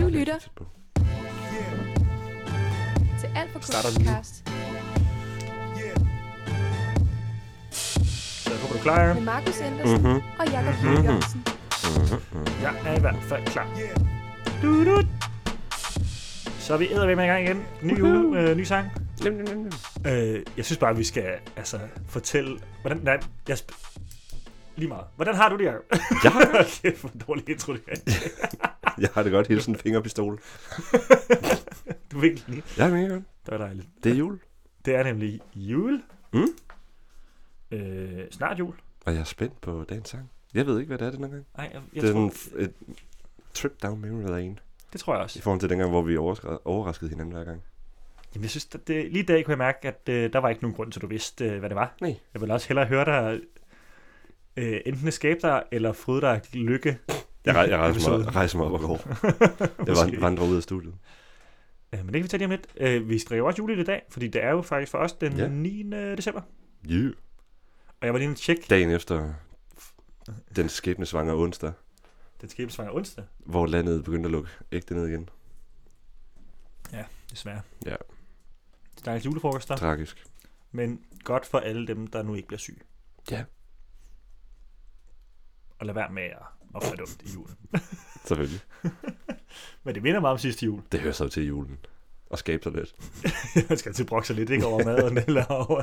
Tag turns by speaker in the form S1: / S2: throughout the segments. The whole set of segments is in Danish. S1: lytter til Alt for Kunst
S2: Starter nu.
S1: podcast
S3: Så jeg håber, du er klar.
S1: med Markus Andersen
S2: Mhm.
S1: og Jakob mm Jørgensen.
S3: Jeg er i hvert fald klar. Du, du. Så er vi æder med i gang igen. Ny uge, øh, ny sang.
S2: Nem, nem, nem, nem.
S3: Øh, jeg synes bare, at vi skal altså, fortælle... Hvordan, nej, jeg sp- lige meget. Hvordan har du det, Jacob?
S2: Jeg har det godt.
S3: Kæft, hvor dårlig intro det er.
S2: Jeg har det godt. Hele sådan en fingerpistol.
S3: Du er virkelig lige.
S2: Jeg har det mega godt.
S3: Det er dejligt.
S2: Det er jul.
S3: Det er nemlig jul.
S2: Mm.
S3: Øh, snart jul.
S2: Og jeg er spændt på dagens sang. Jeg ved ikke, hvad det er den her gang.
S3: Ej, jeg, jeg
S2: Det er
S3: tror,
S2: en f- et trip down memory lane.
S3: det tror jeg også.
S2: I forhold til dengang, hvor vi overraskede, overraskede hinanden hver gang.
S3: Jamen, jeg synes, at det, lige i dag kunne jeg mærke, at øh, der var ikke nogen grund til, at du vidste, øh, hvad det var.
S2: Nej.
S3: Jeg ville også hellere høre dig øh, enten skabe dig, eller fryde dig lykke.
S2: Jeg, rej- jeg rejser, mig,
S3: Episode.
S2: rejser mig op og går. Jeg
S3: Måske.
S2: vand- vandrer ud af studiet.
S3: Øh, men det kan vi tage lige om lidt. Øh, vi strikker jo også jule i dag, fordi det er jo faktisk for os den
S2: Ja.
S3: 9. december.
S2: Yeah.
S3: Og jeg var lige en tjek.
S2: Dagen efter den skæbnesvangre onsdag,
S3: Den skæbnesvanger onsdag,
S2: hvor landet begyndte at lukke ægte ned igen.
S3: desværre.
S2: Ja.
S3: Stakkels julefrokoster,
S2: Tragisk.
S3: men godt for alle dem, der nu ikke bliver syge.
S2: Ja.
S3: Og lad være med at opføre dumt i julen.
S2: Selvfølgelig.
S3: Men det minder meget om sidste jul.
S2: Det hører sig jo til julen. Og skabe sig lidt.
S3: Man skal altid brokke sig lidt, ikke over maden eller over...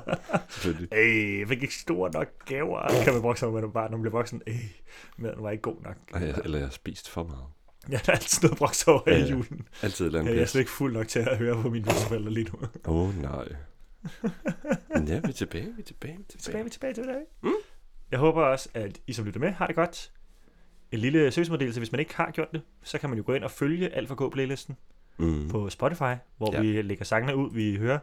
S2: Selvfølgelig.
S3: Ej, jeg fik ikke store nok gaver. Kan man brokke sig, over, når man er barn, når man bliver voksen. Ej, maden var ikke god nok.
S2: Ej, jeg- Eller jeg har spist for meget.
S3: Jeg har altid noget at brokke sig over
S2: Ja,
S3: ja, i
S2: ja.
S3: julen.
S2: Altid et eller
S3: Ja,
S2: andet
S3: jeg er
S2: pis.
S3: slet ikke fuld nok til at høre på mine forældre lige nu.
S2: Åh, oh, nej. Men ja, vi er tilbage, vi er tilbage, vi er
S3: tilbage,
S2: tilbage.
S3: vi er tilbage til det. Mm. Jeg håber også, at I som lytter med har det godt. En lille servicemeddelelse, hvis man ikke har gjort det, så kan man jo gå ind og følge Alt for K-playlisten
S2: Mm.
S3: på Spotify, hvor
S2: Ja.
S3: ja. vi lægger sangene ud, vi hører.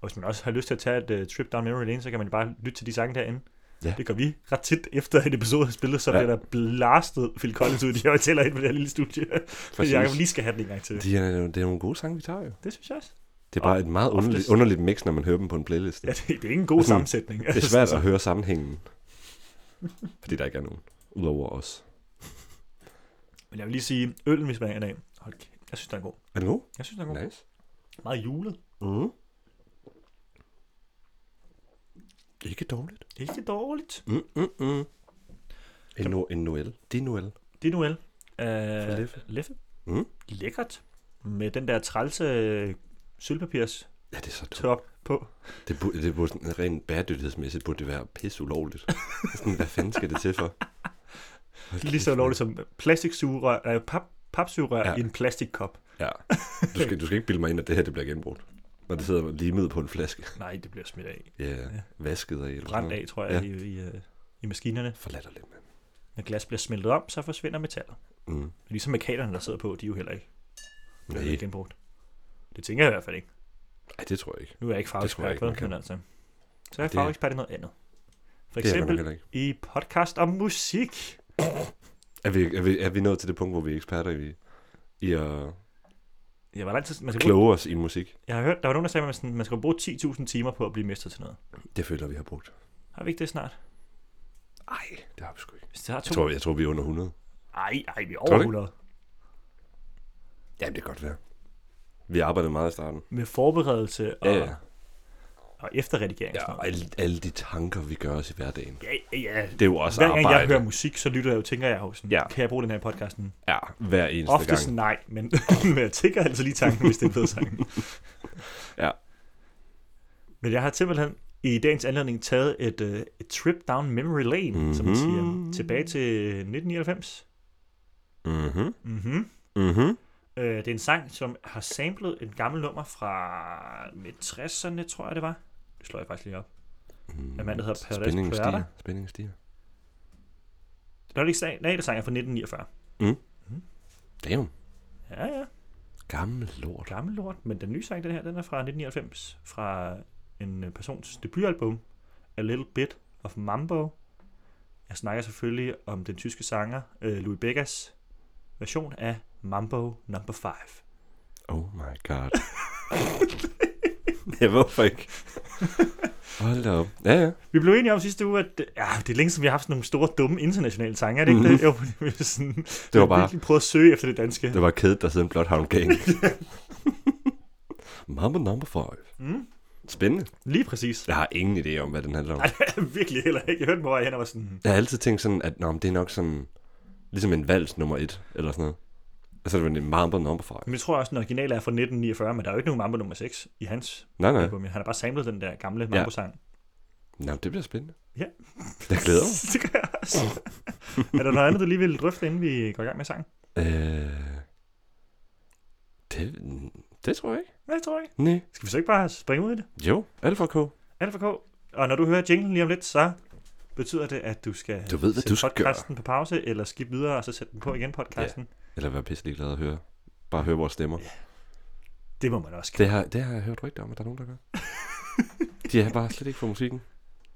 S3: Og hvis man også har lyst til at tage et uh, trip down memory lane, så kan man jo bare lytte til de sange derinde.
S2: Ja.
S3: Det gør vi ret tit efter en episode er spillet, så
S2: Ja.
S3: ja. bliver der blastet Phil Collins ud i de her hoteller ind på det her lille studie.
S2: Præcis.
S3: Jeg lige skal have den en gang til.
S2: De er, det er nogle gode sange, vi tager jo.
S3: Det synes jeg også.
S2: Det er bare et meget underligt,
S3: oftest-
S2: underligt mix, når man hører dem på en playlist.
S3: Ja, det, det er ikke en god
S2: Sådan,
S3: sammensætning.
S2: Det er svært altså. at høre sammenhængen. Fordi der ikke er nogen. Udover os.
S3: Men jeg vil lige sige, øllen vi smager i dag, hold kæft, jeg synes, den er god.
S2: Er det god?
S3: Jeg synes, den er god.
S2: Nice.
S3: Meget julet.
S2: Mm. Ikke dårligt.
S3: Ikke dårligt.
S2: Mm, mm, mm. En, no, en Noel. Det er Noel.
S3: Det er Noel.
S2: Fra
S3: Øh,
S2: Leffe.
S3: Leffe.
S2: Mm.
S3: Lækkert. Med den der trælse øh, sølvpapirs
S2: Ja, det er så dumt.
S3: top på.
S2: Det, burde, det burde, sådan rent bæredygtighedsmæssigt burde det være pisse ulovligt. sådan, hvad fanden skal det til for? Hold
S3: Lige så
S2: kæft,
S3: lovligt som plastiksugerør, øh, pap, papsugerør
S2: Ja.
S3: ja. i en plastikkop.
S2: mand. Ja. Du skal, du skal ikke bilde mig ind, at det her det bliver genbrugt. Når det sidder limet på en flaske.
S3: Nej, det bliver smidt af.
S2: Ja, yeah. vasket af. Eller
S3: Brændt af, tror jeg,
S2: Mm. Ja.
S3: ja. i, i, øh, i maskinerne.
S2: Forladt lidt, mand.
S3: Når glas bliver smeltet om, så forsvinder metaller.
S2: Mm.
S3: Ligesom mekanerne, der sidder på, de er jo heller ikke
S2: Nej,
S3: blevet genbrugt. Det tænker jeg i hvert fald ikke.
S2: Ej, det tror jeg ikke.
S3: Nu er jeg ikke
S2: Det tror jeg
S3: fagekspert,
S2: ikke, man
S3: vel?
S2: kan.
S3: Men altså. Så er
S2: Det er-
S3: fagekspert i noget andet. For
S2: Det er jeg nok
S3: eksempel
S2: heller ikke.
S3: i podcast om musik.
S2: Er vi, er, vi, er vi nået til det punkt, hvor vi er eksperter i, i at
S3: Ja, hvor lang tid man skal bruge,
S2: kloge os i musik?
S3: jeg har hørt, der var nogen, der sagde, at man, sådan, man skal bruge 10.000 timer på at blive mester til noget.
S2: Det føler jeg, vi har brugt.
S3: Har vi ikke det snart?
S2: Nej, det har vi sgu ikke.
S3: Hvis det har to...
S2: Jeg tror, jeg tror vi er under 100.
S3: Ej, ej, vi er
S2: Tror
S3: over
S2: du ikke?
S3: 100.
S2: Jamen, det kan godt være. Vi arbejdede meget i starten.
S3: Med forberedelse og,
S2: Ja, ja.
S3: og efterredigering.
S2: ja
S3: Ja,
S2: og alle, alle de tanker, vi gør os i hverdagen.
S3: ja, ja, ja.
S2: Det er jo også
S3: Hver gang
S2: arbejde.
S3: jeg hører musik, så lytter jeg jo, tænker jeg jo sådan,
S2: Ja.
S3: ja. kan jeg bruge den her i podcasten?
S2: Ja, hver eneste
S3: Oftest
S2: gang.
S3: nej, men, men jeg tænker altså lige tanken, hvis det er en fed sang.
S2: Ja.
S3: Men jeg har simpelthen i dagens anledning taget et, øh, et trip down memory lane, mm-hmm. som man
S2: Mhm.
S3: siger, tilbage til 1999.
S2: Mhm.
S3: Mm-hmm.
S2: Mhm.
S3: Øh, det er en sang, som har samlet en gammel nummer fra midt 60'erne, tror jeg det var. Det slår jeg faktisk lige op.
S2: Mm.
S3: En mand, der hedder Paradise
S2: Spændingen
S3: Perla.
S2: stiger. Spændingen stiger.
S3: Det er ikke sang, nej, det er sangen fra 1949.
S2: Damn.
S3: Ja, ja.
S2: Gammel lort.
S3: Gammel lort. Men den nye sang, den her, den er fra 1999. Fra en øh, persons debutalbum, A Little Bit of Mambo. Jeg snakker selvfølgelig om den tyske sanger øh, Louis Beggers version af Mambo Number 5.
S2: Oh my god. ja, hvorfor ikke? Hold da op. Ja, ja.
S3: Vi blev enige om sidste uge, at øh, ja, det er længe siden, vi har haft sådan nogle store, dumme internationale sange, er det ikke mm-hmm. det? Jo, det var sådan,
S2: Mhm. Det var
S3: vi har
S2: bare,
S3: virkelig prøvet at søge efter det danske.
S2: det var kædet, der hed en Bloodhound Gang. Mambo number five.
S3: Mm.
S2: Spændende.
S3: Lige præcis. Ja.
S2: Jeg har ingen idé om, hvad den handler om.
S3: virkelig heller ikke. Jeg hørte mig hen og var sådan,
S2: Jeg har altid tænkt sådan, at nå, men det er nok sådan, ligesom en vals nummer et, eller sådan noget. Og så er det vel en Mambo number five.
S3: men jeg tror også, den originale er fra 1949, men der er jo ikke nogen Mambo nummer 6 i hans
S2: Nej, nej.
S3: album. Han har bare samlet den der gamle Mambo-sang.
S2: Nå, det bliver spændende.
S3: Ja.
S2: Jeg glæder mig.
S3: det gør jeg også. er der noget andet, du lige vil drøfte, inden vi går i gang med sang?
S2: Øh, det, det tror jeg ikke.
S3: Nej, jeg tror ikke.
S2: Nej.
S3: Skal vi så ikke bare springe ud i det?
S2: Jo, Alfa K.
S3: Alfa K. Og når du hører jinglen lige om lidt, så betyder det, at du skal
S2: Du ved, hvad
S3: sætte
S2: du skal gøre.
S3: podcasten på pause, eller skip videre, og så sætte den på igen podcasten. Ja.
S2: Eller være pisselig glad at høre. Bare høre vores stemmer.
S3: Det må man også gøre.
S2: Det har, det har jeg hørt rigtigt om, at der er nogen, der gør. De er bare slet ikke for musikken.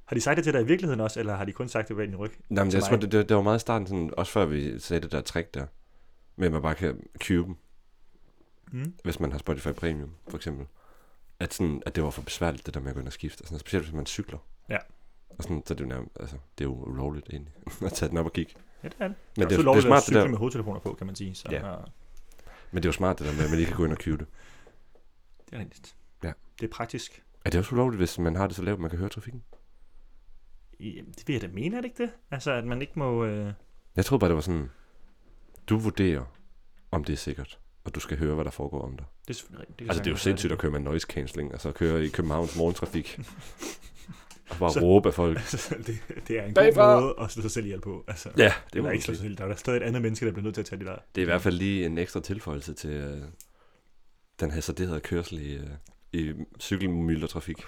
S3: Har de sagt det til dig i virkeligheden også, eller har de kun sagt det bag din ryg?
S2: Nej, men
S3: Til
S2: jeg
S3: mig.
S2: tror, det, det, det, var meget i starten, sådan, også før vi sagde det der trick der, med at man bare kan cube dem,
S3: Mm.
S2: hvis man har Spotify Premium, for eksempel. At, sådan, at det var for besværligt, det der med at gå ind og skifte. Og sådan, specielt hvis man cykler.
S3: Ja.
S2: Og sådan, så er det, jo nærmest, altså, det er jo ulovligt egentlig, at tage den op og kigge.
S3: Ja, det er det.
S2: Men
S3: det,
S2: det,
S3: er
S2: det,
S3: lovligt
S2: er smart,
S3: at
S2: det
S3: cykle
S2: der,
S3: med hovedtelefoner på, kan man sige. Så,
S2: Ja.
S3: og,
S2: men det er jo smart det der med, at man lige kan gå ind og cube det.
S3: det er rigtigt.
S2: Ja.
S3: Det er praktisk.
S2: Er det også ulovligt, hvis man har det så lavt, at man kan høre trafikken?
S3: Jamen, det vil jeg da mene, er det ikke det? Altså, at man ikke må... Øh...
S2: Jeg troede bare, det var sådan, du vurderer, om det er sikkert, og du skal høre, hvad der foregår om dig.
S3: Det er selvfølgelig rigtigt. kan
S2: Altså, det er jo
S3: sagtens være
S2: sindssygt at køre med noise cancelling, altså at køre i Københavns morgentrafik. og bare
S3: Så-
S2: råbe af folk.
S3: Altså, det, det er en
S2: Bagfra!
S3: god måde at slå sig selv ihjel på. Altså,
S2: Ja,
S3: det
S2: det,
S3: er
S2: var
S3: ikke slå sig selv. Der er da stadig et andet menneske, der bliver nødt til at tage det der.
S2: det er i hvert fald lige en ekstra tilføjelse til øh, den hasarderede kørsel i, øh, i cykelmyldertrafik.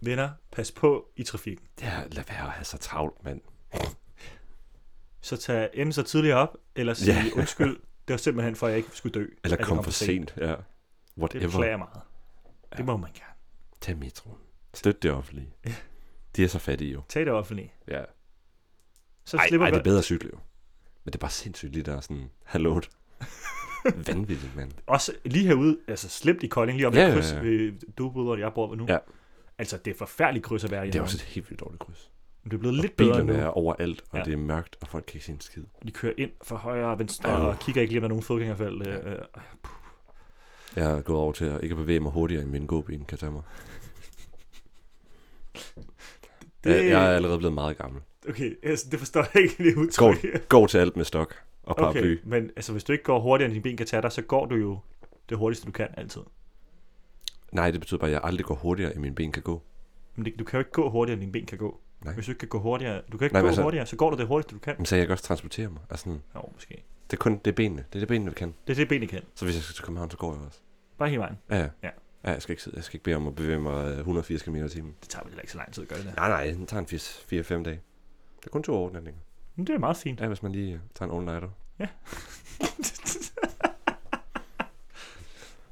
S3: Venner, pas på i trafikken.
S2: Ja, lad være at have så travlt, mand.
S3: Så tag enten så tidligt op, eller sig
S2: Ja.
S3: undskyld. Det var simpelthen for, at jeg ikke skulle dø.
S2: Eller
S3: at jeg
S2: kom for sent. Ja.
S3: Det
S2: Whatever.
S3: beklager jeg meget. Ja. Det må man gerne.
S2: Tag metroen. Støt det offentlige.
S3: Ja.
S2: De er så fattige jo.
S3: Tag det offentligt.
S2: Ja.
S3: Så
S2: Ej,
S3: slipper
S2: ej, det er
S3: man.
S2: bedre at cykle jo. Men det er bare sindssygt lige der er sådan, hallo. Vanvittigt, mand.
S3: Også lige herude, altså slimt i Kolding, lige om
S2: Ja,
S3: ja,
S2: ja,
S3: kryds,
S2: ja.
S3: ja. du ved, hvor jeg bor nu.
S2: Ja.
S3: Altså, det er forfærdeligt kryds at være i.
S2: Det er
S3: Jørgen.
S2: også et helt vildt dårligt kryds.
S3: Men det er blevet lidt bedre nu.
S2: Bilerne er overalt, og
S3: Ja.
S2: ja. det er mørkt, og folk kan ikke se en skid.
S3: De kører ind for højre og venstre,
S2: Ja.
S3: og kigger ikke lige, om der er nogen fodgængerfelt.
S2: Ja.
S3: Ja. Øh,
S2: Jeg er gået over til at ikke bevæge mig hurtigere, end min gåben kan tage mig. Det... Jeg, jeg er allerede blevet meget gammel.
S3: Okay, altså, det forstår jeg ikke, det
S2: Går,
S3: udtryk.
S2: går til alt med stok og paraply.
S3: Okay,
S2: Okay.
S3: men altså, hvis du ikke går hurtigere, end dine ben kan tage dig, så går du jo det hurtigste, du kan altid.
S2: Nej, det betyder bare, at jeg aldrig går hurtigere, end mine ben kan gå.
S3: Men det, du kan jo ikke gå hurtigere, end dine ben kan gå.
S2: Nej.
S3: Hvis du ikke kan gå hurtigere, du kan
S2: Nej,
S3: ikke Nej,
S2: men
S3: gå
S2: altså-
S3: hurtigere, så går du det hurtigste, du kan.
S2: Men så jeg kan også transportere mig. Altså, sådan,
S3: Jo, måske.
S2: det er kun det er benene. Det er det benene, vi kan.
S3: Det er det, benene kan.
S2: Så hvis jeg skal til København, så går jeg også.
S3: Bare hele vejen.
S2: Ja, ja.
S3: Ja.
S2: ja jeg, skal ikke, sidde- jeg skal ikke bede om at bevæge mig øh, 180 km i timen.
S3: Det tager vel heller ikke så lang tid at gøre det der.
S2: Nej, nej, det tager en 4-5 dage. Det er kun to overnatninger.
S3: Men det er meget fint.
S2: Ja, hvis man lige øh, tager en all-nighter.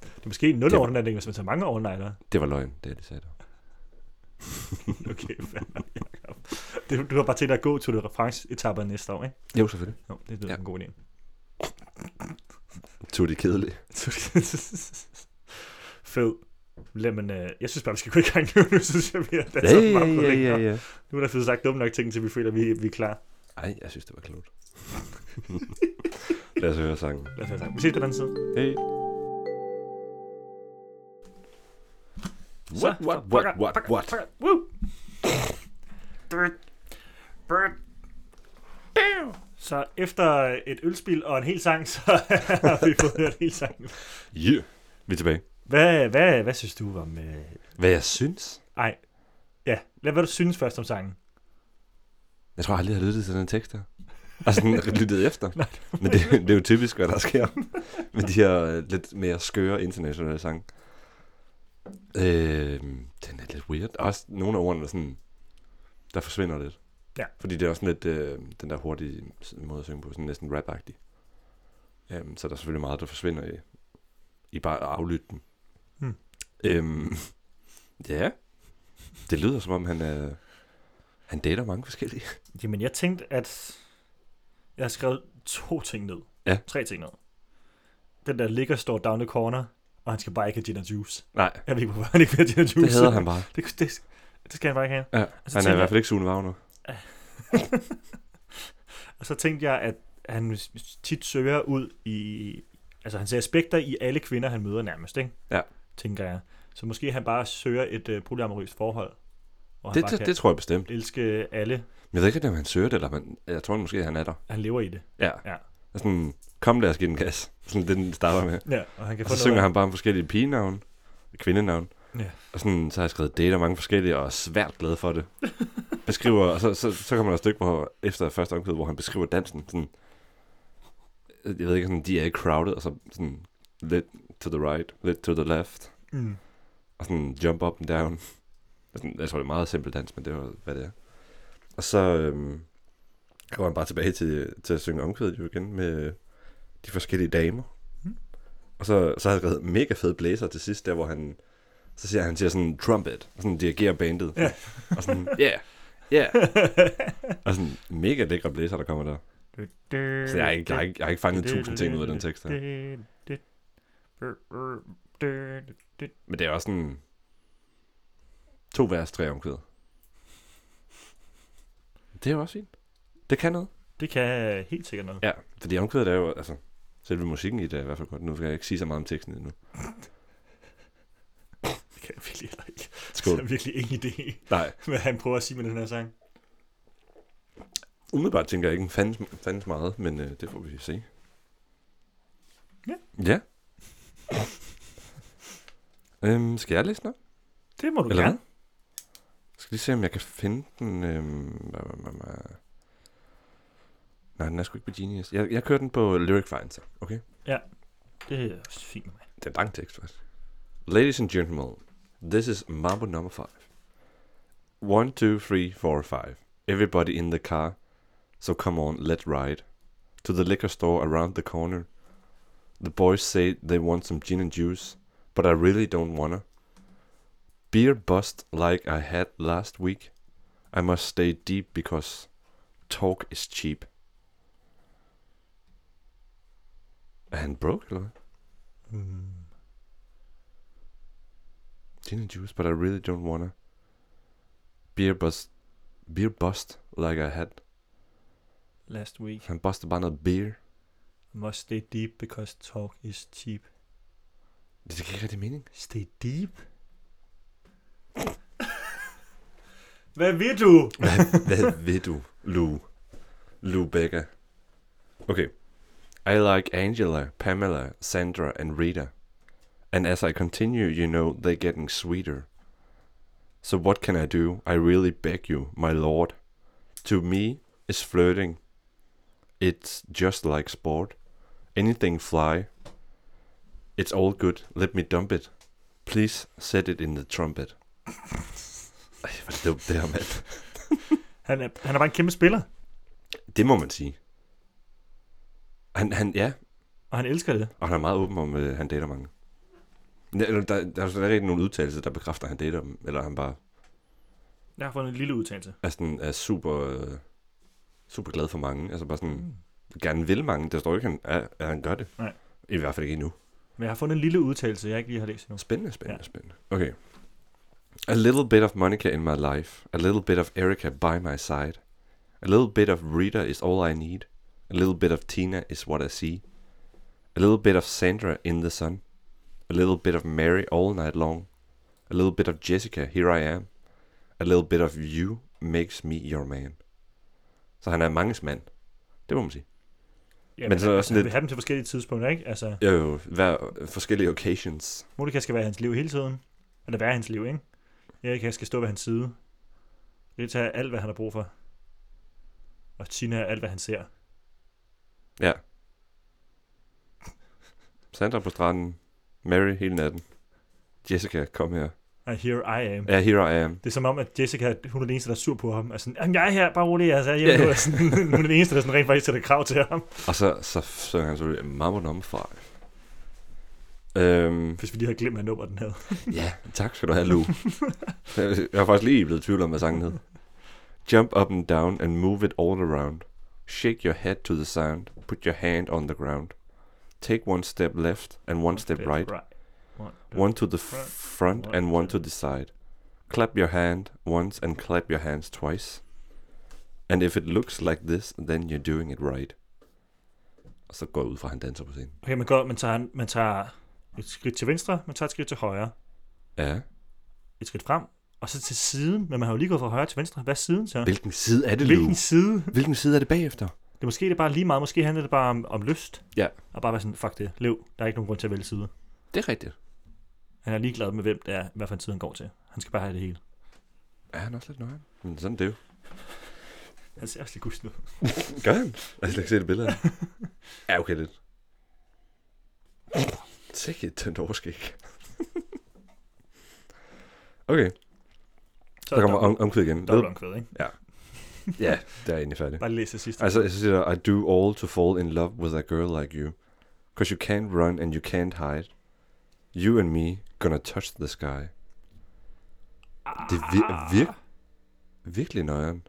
S3: Det er måske en nul
S2: Det er-
S3: overnatning, hvis man tager mange overnatninger.
S2: Det var løgn, det er det, sagde der.
S3: Okay, fair nok, Jacob. det, du har bare tænkt dig at gå til det referenceetapper næste år, ikke?
S2: Jo, selvfølgelig.
S3: Jo, det er ja.
S2: Ja.
S3: en god idé.
S2: Tog det kedeligt.
S3: Fed. Lad, men, øh, jeg synes bare, vi skal gå i gang nu. Nu synes jeg, vi har
S2: Ja,
S3: danset
S2: ja,
S3: meget på
S2: ja,
S3: længe
S2: ja,
S3: nok.
S2: ja.
S3: Nu er der fået sagt dumme nok ting, til vi føler, at vi, vi er klar.
S2: Ej, jeg synes, det var klogt. Lad os høre sangen.
S3: Lad os have sagt. Vi ses på den anden side.
S2: Hey. What, what, what, what, what?
S3: Woo! Så efter et ølspil og en hel sang, så har vi fået hørt hele sangen.
S2: Yeah. Vi er tilbage.
S3: Hvad, hvad, hvad synes du om... Øh...
S2: Hvad jeg synes?
S3: Ej, ja, lad hvad du synes først om sangen.
S2: Jeg tror aldrig, jeg har lyttet til den tekst her. Altså, den er lyttet efter. Men det, det er jo typisk, hvad der sker med de her øh, lidt mere skøre internationale sange. Øh, den er lidt weird. Også nogle af ordene, er sådan, der forsvinder lidt.
S3: Ja.
S2: Fordi det er også sådan lidt øh, den der hurtige s- måde at synge på, sådan næsten rap -agtig. Øhm, så der er selvfølgelig meget, der forsvinder i, i bare at aflytte den.
S3: Hmm.
S2: Øhm, ja, det lyder som om, han, øh, han dater mange forskellige.
S3: Jamen, jeg tænkte, at jeg har skrevet to ting ned.
S2: Ja.
S3: Tre ting ned. Den der ligger står down the corner, og han skal bare ikke have gin and juice.
S2: Nej,
S3: Jeg ved ikke, hvorfor han ikke vil have gin and juice.
S2: det hedder han bare.
S3: Det, det, det skal han bare ikke have.
S2: Ja,
S3: Og
S2: han
S3: så
S2: er i
S3: tænker
S2: hvert fald ikke Sune Wagner.
S3: Og så tænkte jeg, at han tit søger ud i... Altså, han ser aspekter i alle kvinder, han møder nærmest, ikke?
S2: Ja.
S3: Tænker jeg. Så måske han bare søger et øh, polyamorøst forhold. Og han
S2: Det,
S3: bare
S2: det,
S3: kan
S2: det, tror jeg bestemt.
S3: elske alle,
S2: Men jeg ved ikke, om han søger det, eller man, jeg tror måske, han er der.
S3: han lever i det.
S2: Ja.
S3: Ja.
S2: Og sådan, kom lad os give den gas. Sådan det, den starter med.
S3: Ja, og han kan
S2: Og
S3: få
S2: så synger
S3: noget.
S2: han bare om forskellige pigenavn, kvindenavn.
S3: Ja.
S2: Og sådan, så har jeg skrevet date og mange forskellige, og er svært glad for det. Beskriver, og så, så, så kommer der et stykke, hvor, efter første omkød, hvor han beskriver dansen. Sådan, jeg ved ikke, sådan, de er i crowded, og så sådan, lidt to the right, lidt to the left,
S3: Mm.
S2: og sådan jump up and down. Og Sådan, jeg tror, det er meget simpel dans, men det var, hvad det er. Og så øhm, går han bare tilbage til, til at synge omkødet jo igen med øh, de forskellige damer.
S3: Mhm.
S2: Og så, så har han skrevet mega fed blæser til sidst, der hvor han, så siger han, han siger sådan trumpet, og sådan dirigerer bandet.
S3: Ja.
S2: Og sådan, yeah, yeah. og sådan mega lækre blæser, der kommer der. Så jeg har ikke, jeg har ikke, jeg har ikke fanget tusind ting ud af den tekst her. Men det er også sådan to vers, tre omkød. Det er jo også fint. Det kan noget.
S3: Det kan helt sikkert noget.
S2: Ja, fordi omkvædet er jo, altså, selve musikken i det er i hvert fald godt. Nu skal jeg ikke sige så meget om teksten endnu.
S3: Det kan jeg virkelig heller ikke. Jeg
S2: Skål.
S3: har virkelig ingen idé,
S2: Nej,
S3: hvad han prøver at sige med den her sang.
S2: umiddelbart tænker jeg ikke fandens, fandens meget, men øh, det får vi se.
S3: Ja.
S2: Ja. øhm, skal jeg læse den op?
S3: Det må du
S2: Eller hvad?
S3: gerne.
S2: Jeg skal lige se, om jeg kan finde den. Øhm, hva- hva- hva- hva- Nej, den er sgu ikke på Genius. Jeg, jeg kører den på Lyric Finder, okay?
S3: Det er også fint med mig.
S2: Det er en lang tekst, faktisk. Ladies and gentlemen, this is mambo number five. One, two, three, four, five. Everybody in the car, so come on, let's ride. To the liquor store around the corner. The boys say they want some gin and juice, but I really don't wanna. Beer bust like I had last week. I must stay deep because talk is cheap. Er han broke, eller hvad?
S3: Mm.
S2: gin and juice, but I really don't wanna. Beer bust, beer bust, like I had.
S3: Last week.
S2: Han bustede bare noget beer.
S3: Must stay deep because talk is cheap.
S2: Det giver ikke rigtig mening.
S3: Stay deep? Hvad vil du?
S2: Hvad ved du, Lou? Lou Becker. Okay. I like Angela, Pamela, Sandra and Rita. And as I continue, you know, they're getting sweeter. So what can I do? I really beg you, my lord. To me, is flirting. It's just like sport. Anything fly. It's all good. Let me dump it. Please set it in the trumpet. Ej, hvor er det dumt det her, mand.
S3: Han er, han er bare en kæmpe spiller,
S2: Det må man sige. Han, han, ja,
S3: og han elsker det.
S2: og han er meget åben om, at han dater mange. Der, der, der, der er slet ikke nogen udtalelse, der bekræfter, at han dater dem, eller han bare
S3: Jeg har fundet en lille udtalelse.
S2: er, sådan, er super, øh, super glad for mange. Altså bare sådan, gerne vil mange. Der står ikke, han, er, at han gør det.
S3: Nej.
S2: I hvert fald ikke endnu.
S3: Men jeg har fundet en lille udtalelse, jeg ikke lige har læst endnu.
S2: Spændende, spændende, spændende. Okay. A little bit of Monica in my life. A little bit of Erica by my side. A little bit of Rita is all I need. A little bit of Tina is what I see. A little bit of Sandra in the sun. A little bit of Mary all night long. A little bit of Jessica, here I am. A little bit of you makes me your man. Så han er manges mand. Det må man sige.
S3: Ja,
S2: men så er det også
S3: han
S2: lidt-
S3: vil have dem til forskellige tidspunkter, ikke? Altså,
S2: Jo, er jo, hver, forskellige occasions.
S3: Monika skal være i hans liv hele tiden. Eller være i hans liv, ikke? Erik skal stå ved hans side. Det tager alt, hvad han har brug for. Og Tina er alt, hvad han ser.
S2: Ja. Sandra på stranden. Mary hele natten. Jessica, kom her.
S3: Og here I am.
S2: Ja, here I am.
S3: Det er som om, at Jessica, hun er den eneste, der er sur på ham. Altså, jeg er her, bare rolig, altså, jeg yeah. sådan, hun er den eneste, der sådan rent faktisk sætter krav til ham.
S2: Og så, så synger han selvfølgelig Mambo nummer 5. Øhm,
S3: Hvis vi lige har glemt, hvad nummer den havde.
S2: ja, tak skal du have, Lou. Jeg er faktisk lige blevet i tvivl om, hvad sangen hed. Jump up and down and move it all around. Shake your head to the sound. Put your hand on the ground. Take one step left and one step right.
S3: One, two.
S2: one to the
S3: front,
S2: front
S3: one
S2: and one
S3: to-
S2: to the side. Clap your hand once and clap your hands twice. And if it looks like this, then you're doing it right. Og så går jeg ud fra, at han danser på scenen.
S3: Okay, man, går, man, tager, man tager et skridt til venstre, man tager et skridt til højre,
S2: Ja.
S3: et skridt frem, og så til siden, men man har jo lige gået fra højre til venstre. Hvad er siden så?
S2: Hvilken side er det, Lou?
S3: Hvilken side?
S2: Hvilken side er det bagefter?
S3: Det er måske det er bare lige meget. Måske handler det bare om, om lyst.
S2: Ja.
S3: Og bare være sådan, fuck det, lev. Der er ikke nogen grund til at vælge side.
S2: Det er rigtigt.
S3: Han er ligeglad med, hvem det er, hvad for en side han går til. Han skal bare have det hele.
S2: Er han også lidt nøjeren? Men sådan er det jo.
S3: Han ser også lidt gusten ud.
S2: Gør han? Altså, Jeg har slet ikke set et billede af ham. Ja, okay, lidt. Sikke et tændt overskæg. Okay,
S3: Så
S2: der kommer
S3: dobbelt-
S2: om, omkvæd igen.
S3: dobbelt omkvæd, ikke?
S2: Ja, der er jeg egentlig færdig.
S3: Bare læs det sidste.
S2: Altså, jeg siger, der, I do all to fall in love with a girl like you. Cause you can't run and you can't hide. You and me gonna touch the sky. Det er vir-
S3: Ah.
S2: er vir- virkelig nøjeren.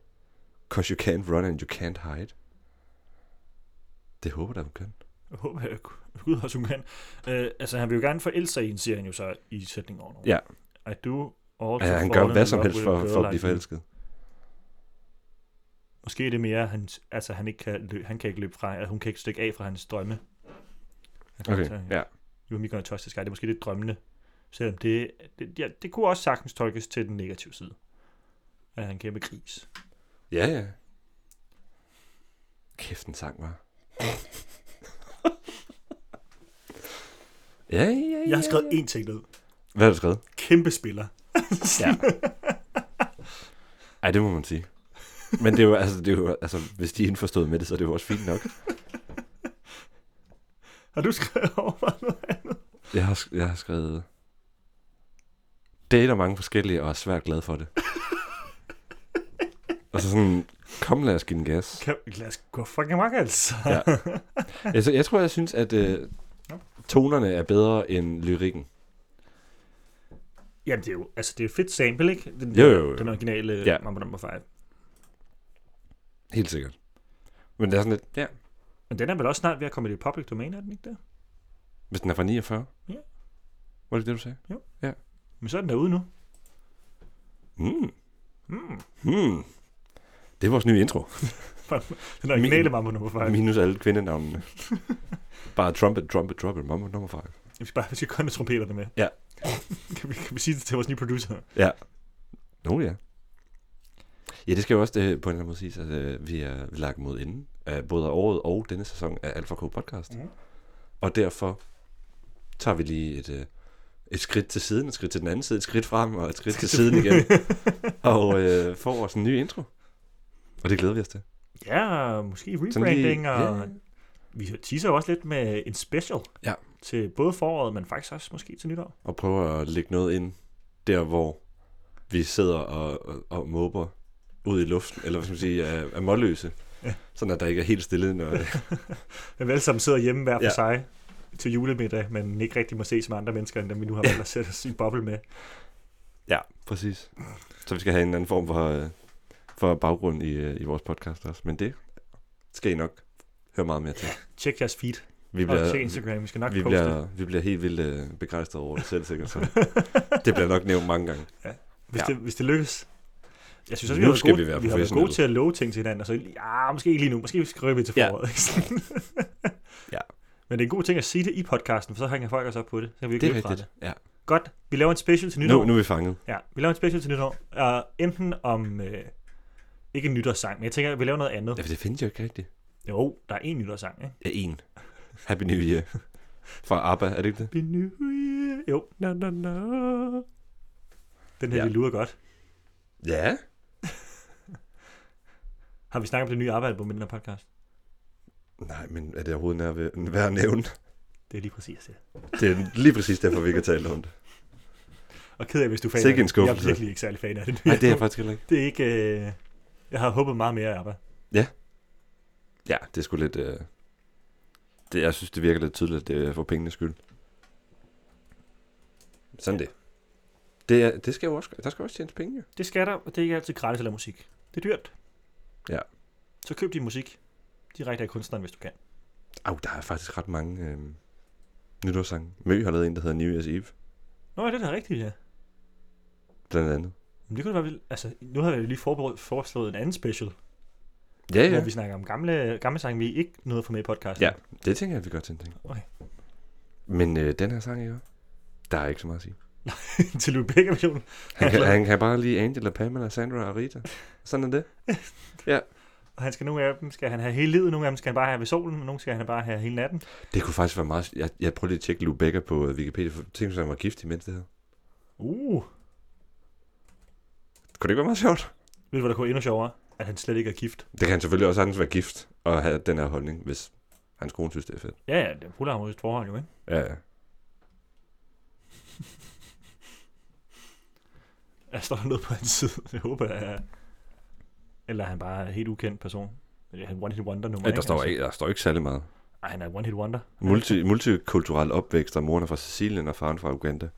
S2: Cause you can't run and you can't hide. Det håber jeg, hun kan.
S3: Jeg håber, jeg Gud også, hun kan. Øh, altså, han vil jo gerne forelske sig i en, siger han jo så i sætningen ovenover.
S2: Ja.
S3: I do all
S2: Ja,
S3: to
S2: han
S3: fall
S2: gør
S3: in
S2: hvad som
S3: love
S2: helst
S3: with a
S2: for,
S3: girl
S2: for at
S3: like
S2: blive
S3: you.
S2: forelsket.
S3: Måske er det mere, han, altså, han, ikke kan løbe, han kan ikke løbe fra, at hun kan ikke stikke af fra hans drømme. Han kommer til
S2: Okay,
S3: at-
S2: ja.
S3: You and me gonna touch the sky. Det er måske lidt drømmende. Selvom det, det, ja, det kunne også sagtens tolkes til den negative side. At han er en kæmpe gris.
S2: Ja, ja. Kæft, en sang, var. ja, ja, ja.
S3: Jeg har skrevet
S2: ja.
S3: én ting ned.
S2: Hvad har du skrevet?
S3: Kæmpe spiller.
S2: Ja. Ej, det må man sige. Men det er jo, altså, det er jo, altså, hvis de er indforstået med det, så er det jo også fint nok.
S3: Har du skrevet over noget andet?
S2: Jeg har, sk- jeg har skrevet... Dater mange forskellige, og er svært glad for det. og så sådan, kom lad os give den gas.
S3: Kan, lad os gå fucking mark, altså.
S2: Ja. Altså, jeg tror, jeg synes, at øh,
S3: Nå.
S2: tonerne er bedre end lyrikken.
S3: Jamen, det er jo, altså, det er et fedt sample, ikke? Den,
S2: Jo, jo, jo.
S3: Den originale
S2: Ja.
S3: ja. Mambo Number 5.
S2: Helt sikkert. Men det er sådan lidt, ja,
S3: Men den er vel også snart ved at komme i det public domain, er den ikke det?
S2: hvis den er fra 49.
S3: Ja.
S2: Var det det, du sagde?
S3: Men så er den derude nu.
S2: Mm.
S3: Mm.
S2: Hmm. Det er vores nye intro.
S3: Den originale
S2: Min-
S3: Mambo Number 5.
S2: Minus alle kvindenavnene. Bare trumpet, trumpet, trumpet, mamma nummer 5.
S3: Vi skal, bare, vi skal kun have trompeterne med.
S2: Ja.
S3: kan, vi, kan vi sige det til vores nye producer?
S2: Nå ja. Ja, det skal jo også øh, på en eller anden måde siges, at øh, vi er lagt mod enden af både af året og denne sæson af Alfa K podcast.
S3: Mhm.
S2: Mm. Og derfor tager vi lige et, øh, et skridt til siden, et skridt til den anden side, et skridt frem og et skridt til siden igen. og øh, får os en ny intro. Og det glæder vi os til.
S3: Ja, og måske
S2: Sådan
S3: rebranding, og
S2: ja,
S3: vi teaser jo også lidt med en special
S2: Ja.
S3: til både foråret, men faktisk også måske til nytår.
S2: og prøver at lægge noget ind der, hvor vi sidder og, og, og måber ud i luften, eller hvad skal man sige, er, er målløse.
S3: Ja.
S2: Sådan at der ikke er helt stille, når,
S3: Men vi alle sammen sidder hjemme hver for
S2: Ja.
S3: ja. sig til julemiddag, men ikke rigtig må ses med andre mennesker, end dem vi nu har valgt at sætte os i boble med.
S2: Ja, præcis. Så vi skal have en anden form for, øh, for baggrund i, øh, i vores podcast også. Men det skal I nok høre meget mere til.
S3: Tjek jeres feed
S2: Vi
S3: og tjek
S2: bliver,
S3: Instagram, vi skal nok
S2: vi
S3: poste.
S2: bliver, vi bliver helt vildt øh, begejstrede over det selv, sikkert. Så. Det bliver nok nævnt mange gange.
S3: Hvis,
S2: Ja.
S3: det, hvis det lykkes. Jeg synes også,
S2: Nu
S3: vi, har
S2: skal
S3: været gode,
S2: vi være
S3: vi har været gode
S2: professionelle.
S3: til at love ting til hinanden, og så, ja, måske ikke lige nu, måske skriver vi til
S2: Ja.
S3: foråret. ikke?
S2: Ja.
S3: Men det er en god ting at sige det i podcasten, for så hænger folk også op på det. Så kan vi ikke
S2: Det er
S3: løbe fra
S2: rigtigt. Ja.
S3: Godt, vi laver en special til nytår.
S2: Nu, nu er vi fanget.
S3: Ja, vi laver en special til nytår. Uh, enten om, øh, ikke en nytårssang, men jeg tænker, at vi laver noget andet.
S2: Ja, for det findes jo ikke rigtigt.
S3: Jo, der er en nytårssang, ikke?
S2: Ja, en. Happy New Year. Fra ABBA, er det ikke det?
S3: Happy New Year. Jo,
S2: Na, na, na.
S3: den her,
S2: Ja.
S3: ja. vi lurer godt.
S2: Ja.
S3: Har vi snakket om det nye arbejde på den her podcast?
S2: Nej, men er det overhovedet nær ved, værd at nævne?
S3: Det er lige præcis det.
S2: Det er lige præcis derfor, vi ikke har talt om det.
S3: Og ked af, hvis du er fan
S2: Sikke en
S3: af det. Jeg er
S2: skuffelse.
S3: virkelig ikke særlig fan af det.
S2: Nej, det er jeg faktisk heller ikke.
S3: det er ikke... Øh, jeg har håbet meget mere af arbejde.
S2: Ja, det er sgu lidt... Øh... Det, jeg synes, det virker lidt tydeligt, at det er for pengenes skyld. Sådan det. det, er, det skal jo også, der skal også tjenes penge, jo.
S3: Det skal der, og det er ikke altid gratis eller musik. Det er dyrt.
S2: Ja.
S3: Så køb din musik direkte af kunstneren, hvis du kan.
S2: Au, der er faktisk ret mange øh, Nytårssang. Mø har lavet en, der hedder New Year's Eve,
S3: Nå, er det da rigtigt, ja.
S2: blandt andet.
S3: Men det kunne da være vildt. Altså, nu havde jeg lige forberedt, foreslået en anden special,
S2: Ja,
S3: ja.
S2: ja.
S3: hvor vi snakker om gamle, gamle sange, vi ikke nåede at få med i podcasten.
S2: Ja, det tænker jeg, vi godt tænker.
S3: Okay.
S2: Men øh, den her sang, ikke? Der er ikke så meget at sige.
S3: Til Louis Becker versionen.
S2: Han kan, han kan bare lige Angela, Pamela, Sandra og Rita. Sådan er det.
S3: Og han skal nogle af dem, skal han have hele livet, nogle af dem skal han bare have ved solen, og nogle skal han bare have hele natten.
S2: Det kunne faktisk være meget... Jeg, jeg prøvede lige at tjekke Lou Becker på øh, Wikipedia, for tænkte, at han var gift imens det her.
S3: Uh.
S2: Kunne det ikke være meget sjovt?
S3: Ved du, hvad der kunne være endnu sjovere? At han slet ikke er gift.
S2: Det kan han selvfølgelig også sagtens være gift og have den her holdning, hvis hans kone synes, det er fedt.
S3: Ja, ja, det er polarmodist forhold jo, ikke?
S2: Ja, ja.
S3: Jeg står der noget på hans side. Jeg håber, jeg er... Eller er han bare en helt ukendt person. Han er en one-hit wonder nummer, Altså,
S2: ja der, står ikke, der står ikke særlig meget.
S3: Ej, han er en one-hit wonder.
S2: Multi, multikulturel opvækst, og moren er fra Sicilien og faren fra Uganda.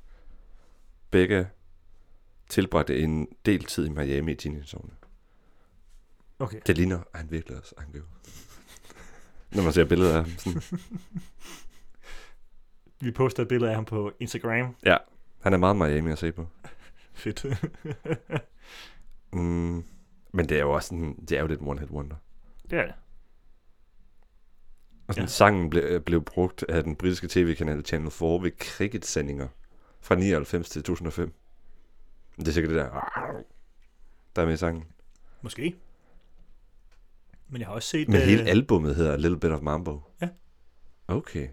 S2: Begge tilbragte en del tid i Miami i teenageårene.
S3: Okay.
S2: Det ligner han virkelig også, han gjorde. Når man ser billeder af ham. Sådan.
S3: Vi poster et billede af ham på Instagram.
S2: Han er meget Miami at se på.
S3: Fedt.
S2: Mm, men det er jo også sådan, det er jo lidt one hit wonder.
S3: det er det.
S2: Og sådan,
S3: Ja.
S2: ja. sangen ble, blev brugt af den britiske tv-kanal Channel 4 ved cricket-sendinger fra 99 til 2005. Det er sikkert det der, der er med i sangen.
S3: Måske. Men jeg har også set...
S2: Men
S3: øh,
S2: hele albummet hedder A Little Bit of Mambo.
S3: Ja.
S2: Okay.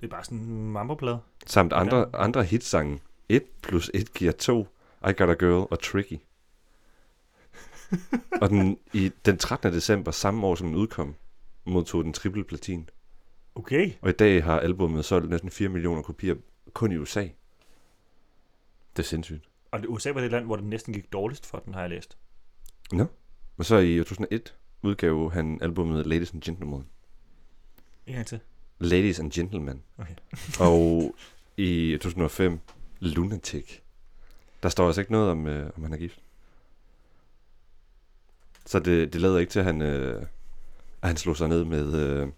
S3: Det er bare sådan en mambo-plade.
S2: Samt
S3: Ja.
S2: andre, andre hitsange. 1 plus 1 giver 2. I Got a Girl og Tricky. og den, i, den 13. december samme år, som den udkom, modtog den triple platin.
S3: Okay.
S2: Og i dag har albummet solgt næsten 4 millioner kopier kun i USA. Det er sindssygt.
S3: Og det- USA var det land, hvor det næsten gik dårligst for den, har jeg læst.
S2: Og så i 2001 udgav han albumet Ladies and Gentlemen.
S3: En gang til.
S2: Ladies and Gentlemen.
S3: Okay.
S2: og i 2005, Lunatic. Der står altså ikke noget om, øh, om han er gift. Så det, det lader ikke til, at han, øh, at han slog sig ned med, øh,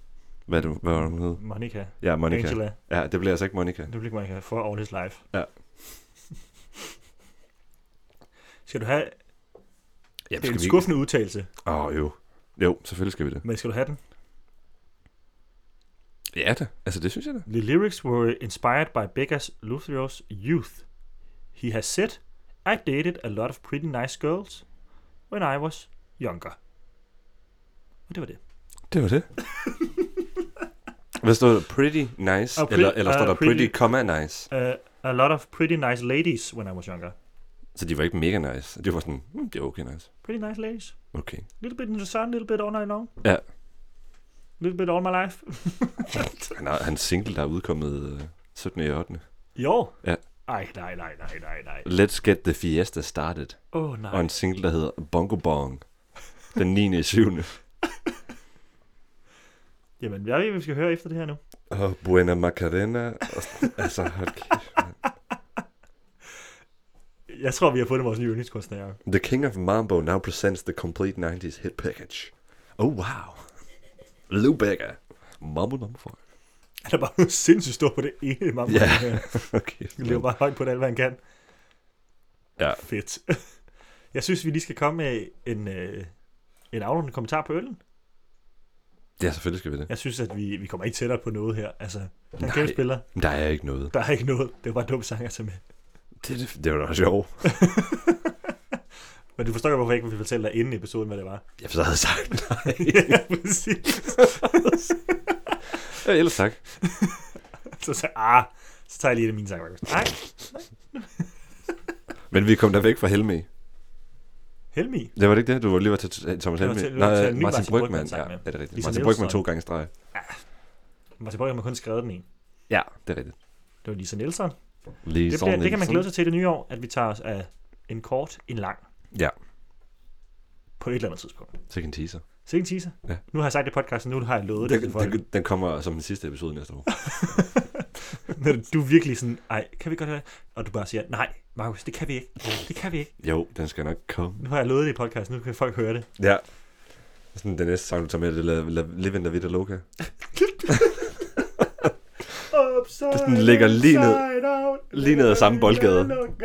S2: hvad, er det, hvad var det, hun hed?
S3: Monica.
S2: Ja, Monica. Angela.
S3: Angela.
S2: Ja, det bliver altså ikke Monica.
S3: Det blev Monica for all his life.
S2: Ja.
S3: skal du have...
S2: Ja,
S3: det er en skuffende udtalelse,
S2: Åh, oh, jo. Jo, selvfølgelig skal vi det.
S3: men skal du have den?
S2: Ja da, altså det synes jeg da.
S3: The lyrics were inspired by Becca's Luther's youth. He has said, I dated a lot of pretty nice girls when I was younger. Og det var det.
S2: Det var det. Hvad står der? Pretty nice?
S3: Og
S2: Oh,
S3: pre-
S2: eller, eller står
S3: og
S2: der pretty,
S3: pretty-
S2: comma nice?
S3: Uh, a lot of pretty nice ladies when I was younger.
S2: Så de var ikke mega nice. De var sådan, mm, det er okay nice.
S3: Pretty nice ladies.
S2: Okay.
S3: Little bit in the sun, little bit all night long.
S2: Ja.
S3: Little bit all my life.
S2: Han har han er single, der er udkommet øh, 17. i 8.
S3: Jo.
S2: Ja.
S3: Ej, nej, nej, nej, nej, nej.
S2: Let's Get The Fiesta Started.
S3: Åh, oh, nej.
S2: Og en single, der hedder Bongo Bong. Den 9. i 7.
S3: Jamen, jeg ved, vi skal høre efter det her nu.
S2: Og Buena Macarena. Og, altså, hold kæft. mand.
S3: Jeg tror, vi har fundet vores nye yndlingskunstner. Jacob.
S2: The King of Mambo now presents the complete 90s hit package. Oh, wow. Lou Bega. Mambo number 4.
S3: Han er bare sindssygt stor på det ene mamma.
S2: Ja.
S3: her.
S2: Okay.
S3: Han lever bare højt på det, alt hvad han kan.
S2: Ja.
S3: Fedt. Jeg synes, vi lige skal komme med en, øh, en afrundende kommentar på øllen.
S2: Ja, selvfølgelig skal vi det.
S3: Jeg synes, at vi, vi kommer ikke tættere på noget her. Altså, han
S2: Nej.
S3: kæmpe spiller.
S2: Men der er ikke noget.
S3: Der er ikke noget. Det var bare dumt sang at tage med.
S2: Det, det, det var da sjovt.
S3: Men du forstår godt, hvorfor jeg ikke vil fortælle dig inden episoden, hvad det var.
S2: Jeg så havde jeg sagt nej.
S3: ja, præcis.
S2: Ja, ellers tak.
S3: Så sagde ah, så tager jeg lige det mine sang. Nej,
S2: Men vi kom der væk fra Helmi.
S3: Helmi.
S2: Det var det ikke det? Du var lige var til Thomas
S3: Jeg var
S2: Helmi.
S3: til-
S2: Nej,
S3: jeg var til en
S2: Martin,
S3: ny Martin
S2: Martin
S3: Brygmann
S2: Brygman.
S3: sang
S2: Ja,
S3: med.
S2: det er det rigtigt.
S3: Lisa
S2: Martin
S3: Nielsen.
S2: Brygman to gange i streg.
S3: Martin Borg har kun skrevet den ene.
S2: Ja, det er rigtigt.
S3: Det var Lisa Nielsen.
S2: Lisa
S3: Det, bliver, det kan man glæde sig til det nye år, at vi tager os af en kort, en lang.
S2: Ja.
S3: På et eller andet tidspunkt.
S2: Sikke en teaser.
S3: Så ikke en teaser.
S2: Ja.
S3: Nu har jeg sagt det i podcasten, nu har jeg lovet det,
S2: Den,
S3: til folk.
S2: den, den kommer som den sidste episode næste år.
S3: Når du er virkelig sådan, ej, kan vi godt have det? Og du bare siger, nej, Markus, det kan vi ikke. Det kan vi ikke.
S2: Jo, den skal nok komme.
S3: Nu har jeg lovet det i podcasten, nu kan folk høre det.
S2: Ja. Sådan, den næste sang, du tager med, det er La- La- Live in La Vida Loca.
S3: Åh, Upside,
S2: Det sådan ligger lige ned-
S3: upside out,
S2: lige ned ad samme boldgade.
S3: look out.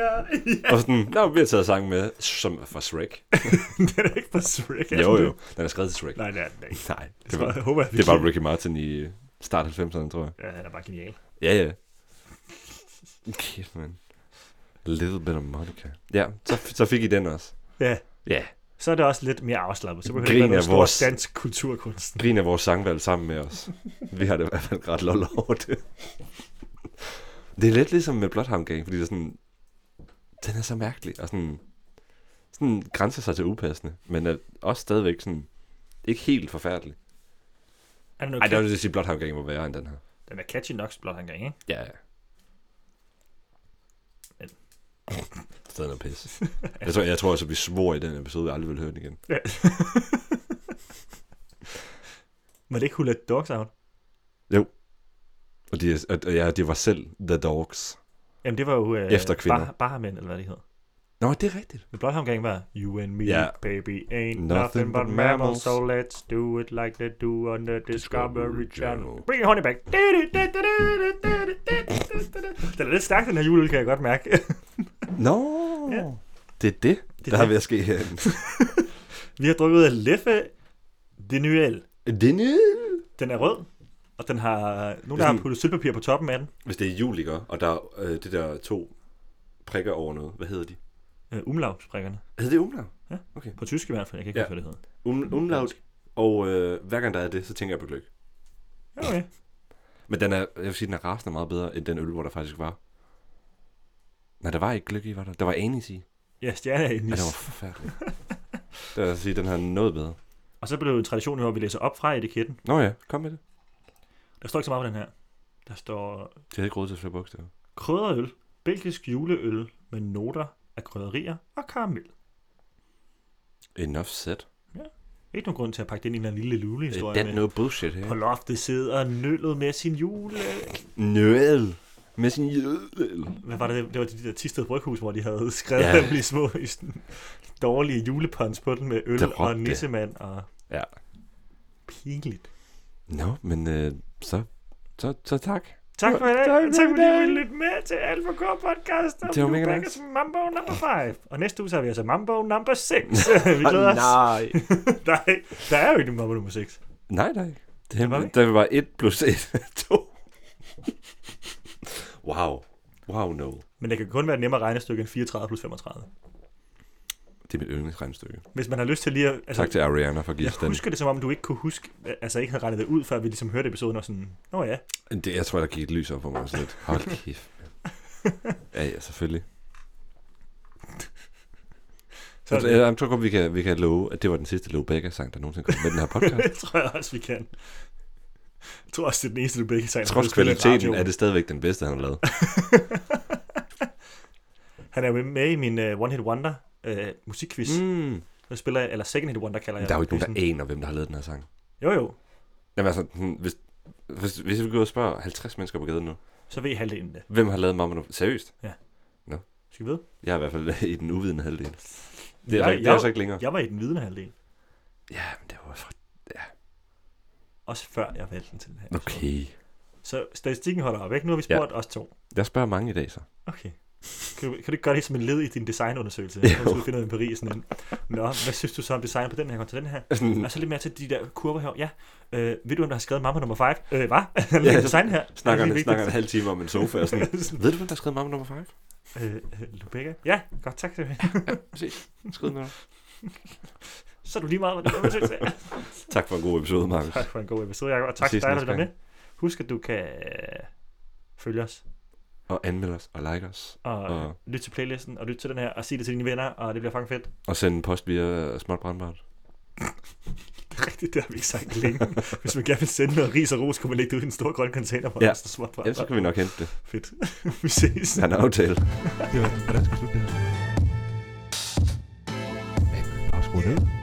S3: ja,
S2: Og sådan, nå, vi har taget sangen med, som er fra Shrek.
S3: det er da ikke for Shrek. er
S2: Jo,
S3: det?
S2: jo, den er skrevet til Shrek.
S3: Nej, det er den da ikke.
S2: Nej, det
S3: Det
S2: var,
S3: var, jeg håber, jeg
S2: det var Ricky Martin i øh, start 90'erne, tror jeg.
S3: Ja, han er bare genial.
S2: Ja, ja. Kæft, man. A little bit of Monica. Ja, så, så fik I den også.
S3: Ja,
S2: Ja,
S3: så er det også lidt mere afslappet. Så behøver det
S2: Grin
S3: ikke
S2: er
S3: være noget stor
S2: vores-
S3: dansk kulturkunst.
S2: griner vores sangvalg sammen med os. Vi har det i hvert fald ret lol over det. Det er lidt ligesom med Bloodhound Gang, fordi det er sådan, den er så mærkelig, og sådan, sådan grænser sig til upassende, men er også stadigvæk sådan, ikke helt forfærdelig.
S3: Er den,
S2: Ej, der
S3: okay?
S2: vil jeg sige, Bloodhound Gang var værre end den her.
S3: den er catchy nok, blot han gang, ikke?
S2: Ja, ja. Men. Stadig noget pis. Jeg tror, jeg tror altså, vi svor i den episode, jeg aldrig vil høre den igen.
S3: Ja. Må det ikke kunne let dogs out?
S2: Og, de, er- og, og ja, det var selv The Dogs.
S3: Jamen, det var jo... Øh,
S2: Efter kvinder.
S3: Bar, barmænd, eller hvad det hed.
S2: Nå, det er rigtigt.
S3: Men Bloodhound Gang var You and me,
S2: Ja.
S3: baby, ain't
S2: Nothing
S3: nothing, nothing but
S2: but
S3: mammals
S2: mammals.
S3: So let's do it like they do on the Discovery
S2: Discovery
S3: Channel
S2: Channel.
S3: Bring your honey back Den er lidt stærk, den her jule, kan jeg godt mærke
S2: Nå,
S3: Ja.
S2: det er det,
S3: er
S2: der har
S3: det.
S2: ved at ske her.
S3: Vi har drukket Leffe Denuel
S2: det er nyt.
S3: Den er rød Og den har Nogen, der
S2: sådan-
S3: har puttet sølvpapir på toppen af den
S2: Hvis det er jul, ikke? Og der er øh, det der to prikker over noget. Hvad hedder de?
S3: øh, Umlagsprikkerne
S2: Hedder det umlaut?
S3: På tysk i hvert fald, jeg kan ikke
S2: Ja.
S3: huske, hvad det hedder
S2: Um, umlaut. Og øh, hver gang der er det, så tænker jeg på gløk.
S3: Ja, Okay,
S2: Men den er, jeg vil sige, den er rasende meget bedre, end den øl, hvor der faktisk var. Nej, der var ikke gløk i, var der? Der var anis i.
S3: ja, stjerne er i
S2: Ja, det var
S3: nis.
S2: forfærdeligt. det vil jeg sige, den har noget bedre.
S3: Og så blev det jo en tradition, hvor vi læser op fra etiketten
S2: Nå ja, kom med det.
S3: Der står ikke så meget på den her Der står
S2: De havde ikke råd til flere bogstaver.
S3: Krydderøl, belgisk juleøl med noter af krydderier og karamel.
S2: Enough said.
S3: Ikke nogen grund til at pakke det ind i en eller anden lille
S2: Historie
S3: julehistorie
S2: That
S3: med.
S2: no bullshit her.
S3: På loftet sidder nøllet med sin jule.
S2: Nøl. Med sin jødel.
S3: Hvad var det? Det var de der Tisted Bryghus, hvor de havde skrevet
S2: Ja.
S3: ja. de små sådan, dårlige julepons på den med øl
S2: Det råbte.
S3: og nissemand og
S2: Ja.
S3: pinligt.
S2: Nå, men øh, så, så, så tak.
S3: Tak for i dag.
S2: Tak for i
S3: Tak fordi I
S2: dag.
S3: ville lytte med til Alfa K podcast.
S2: Det var mega
S3: nice. Mambo number 5. Og næste uge så har vi altså Mambo number 6. vi glæder
S2: Ah,
S3: os.
S2: nej.
S3: Der er, der er jo ikke nogen Mambo nummer 6.
S2: nej, nej. Det
S3: var
S2: var,
S3: det.
S2: der var 1 plus 1 2. wow. Wow, no.
S3: Men det kan kun være et nemmere regnestykke end 34 plus 35.
S2: Det er mit yndlingsregnestykke.
S3: Hvis man har lyst til lige at... Altså,
S2: Tak til Ariana for at give
S3: jeg
S2: os den.
S3: husker det, som om du ikke kunne huske, altså ikke havde regnet det ud, før vi ligesom hørte episoden og sådan, nå ja,
S2: Det, jeg tror, der gik et lys op for mig sådan lidt. Hold kæft. mand. Ja, ja, selvfølgelig.
S3: så
S2: Så
S3: er
S2: jeg,
S3: det,
S2: Altså, jeg tror godt, vi kan, vi kan love, at det var den sidste Lou Becker-sang, der nogensinde kom med den her podcast.
S3: det tror jeg også, vi kan. Jeg tror også, det er den eneste, du begge sagde.
S2: Trods kvaliteten er det stadigvæk den bedste, han har lavet.
S3: Han er jo med i min uh, One Hit Wonder uh, musikquiz. Mm.
S2: Mm.
S3: Jeg spiller, jeg- eller Second Hit Wonder kalder jeg
S2: Der er jo ikke nogen, der
S3: quizzen.
S2: aner, hvem der har lavet den her sang.
S3: Jo jo,
S2: Jamen altså, hmm, hvis, hvis, hvis vi går ud og spørger 50 mennesker på gaden nu,
S3: så ved I halvdelen det.
S2: hvem har lavet Mamma Numma? Seriøst?
S3: Skal vi ved?
S2: Jeg er i hvert fald i den uvidende halvdel. Det er,
S3: jeg,
S2: jeg, det er
S3: jeg,
S2: altså ikke længere.
S3: jeg var i den vidende halvdel.
S2: Ja, men det var for...
S3: Også før jeg valgte den til den her. episode.
S2: Okay.
S3: Så statistikken holder op, ikke? Nu har vi
S2: Ja.
S3: spurgt ja. os to.
S2: Jeg spørger mange i dag så.
S3: Okay. Kan du, kan du ikke gøre det som en led i din designundersøgelse?
S2: Jo.
S3: Jo. Når du finder en Paris sådan en. Nå, hvad synes du så om design på den her kontra den her?
S2: Sådan,
S3: Og så lidt mere til de der kurver her. Ja, øh, ved du, hvem der har skrevet mamma nummer 5? Øh, hvad? Han ja,
S2: Ja,
S3: design her.
S2: snakker, han,
S3: Det er vigtigt.
S2: snakker en halv time om en sofa og sådan.
S3: Sådan,
S2: Ved du, hvem der har skrevet Mamma Nummer 5?
S3: øh, øh, Lubega? Ja, godt, tak. Til
S2: Skrid med dig.
S3: så er du lige meget, hvad du synes.
S2: Tak for en god episode, Markus.
S3: Tak for en god episode, Jacob. Og tak
S2: Vi
S3: til
S2: ses
S3: dig, der
S2: næste
S3: lytter med.
S2: gang.
S3: Husk, at du kan øh, følge os
S2: Og anmeld os og like os.
S3: og
S2: Og-
S3: øh, lytte til playlisten og lytte til den her og sige det til dine venner, og det bliver fucking fedt.
S2: Og send en post via småt brandbart.
S3: Det er rigtigt, det har vi ikke sagt længe. Hvis man gerne vil sende noget ris og ros, kunne man lægge det ud i en stor grøn container, hvor
S2: Ja.
S3: ja. der står småt på.
S2: Ellers så kan vi nok hente det.
S3: Fedt. vi ses.
S2: Han er aftalt.
S3: Ja.
S2: Hvordan skal du det her? Afskru ned.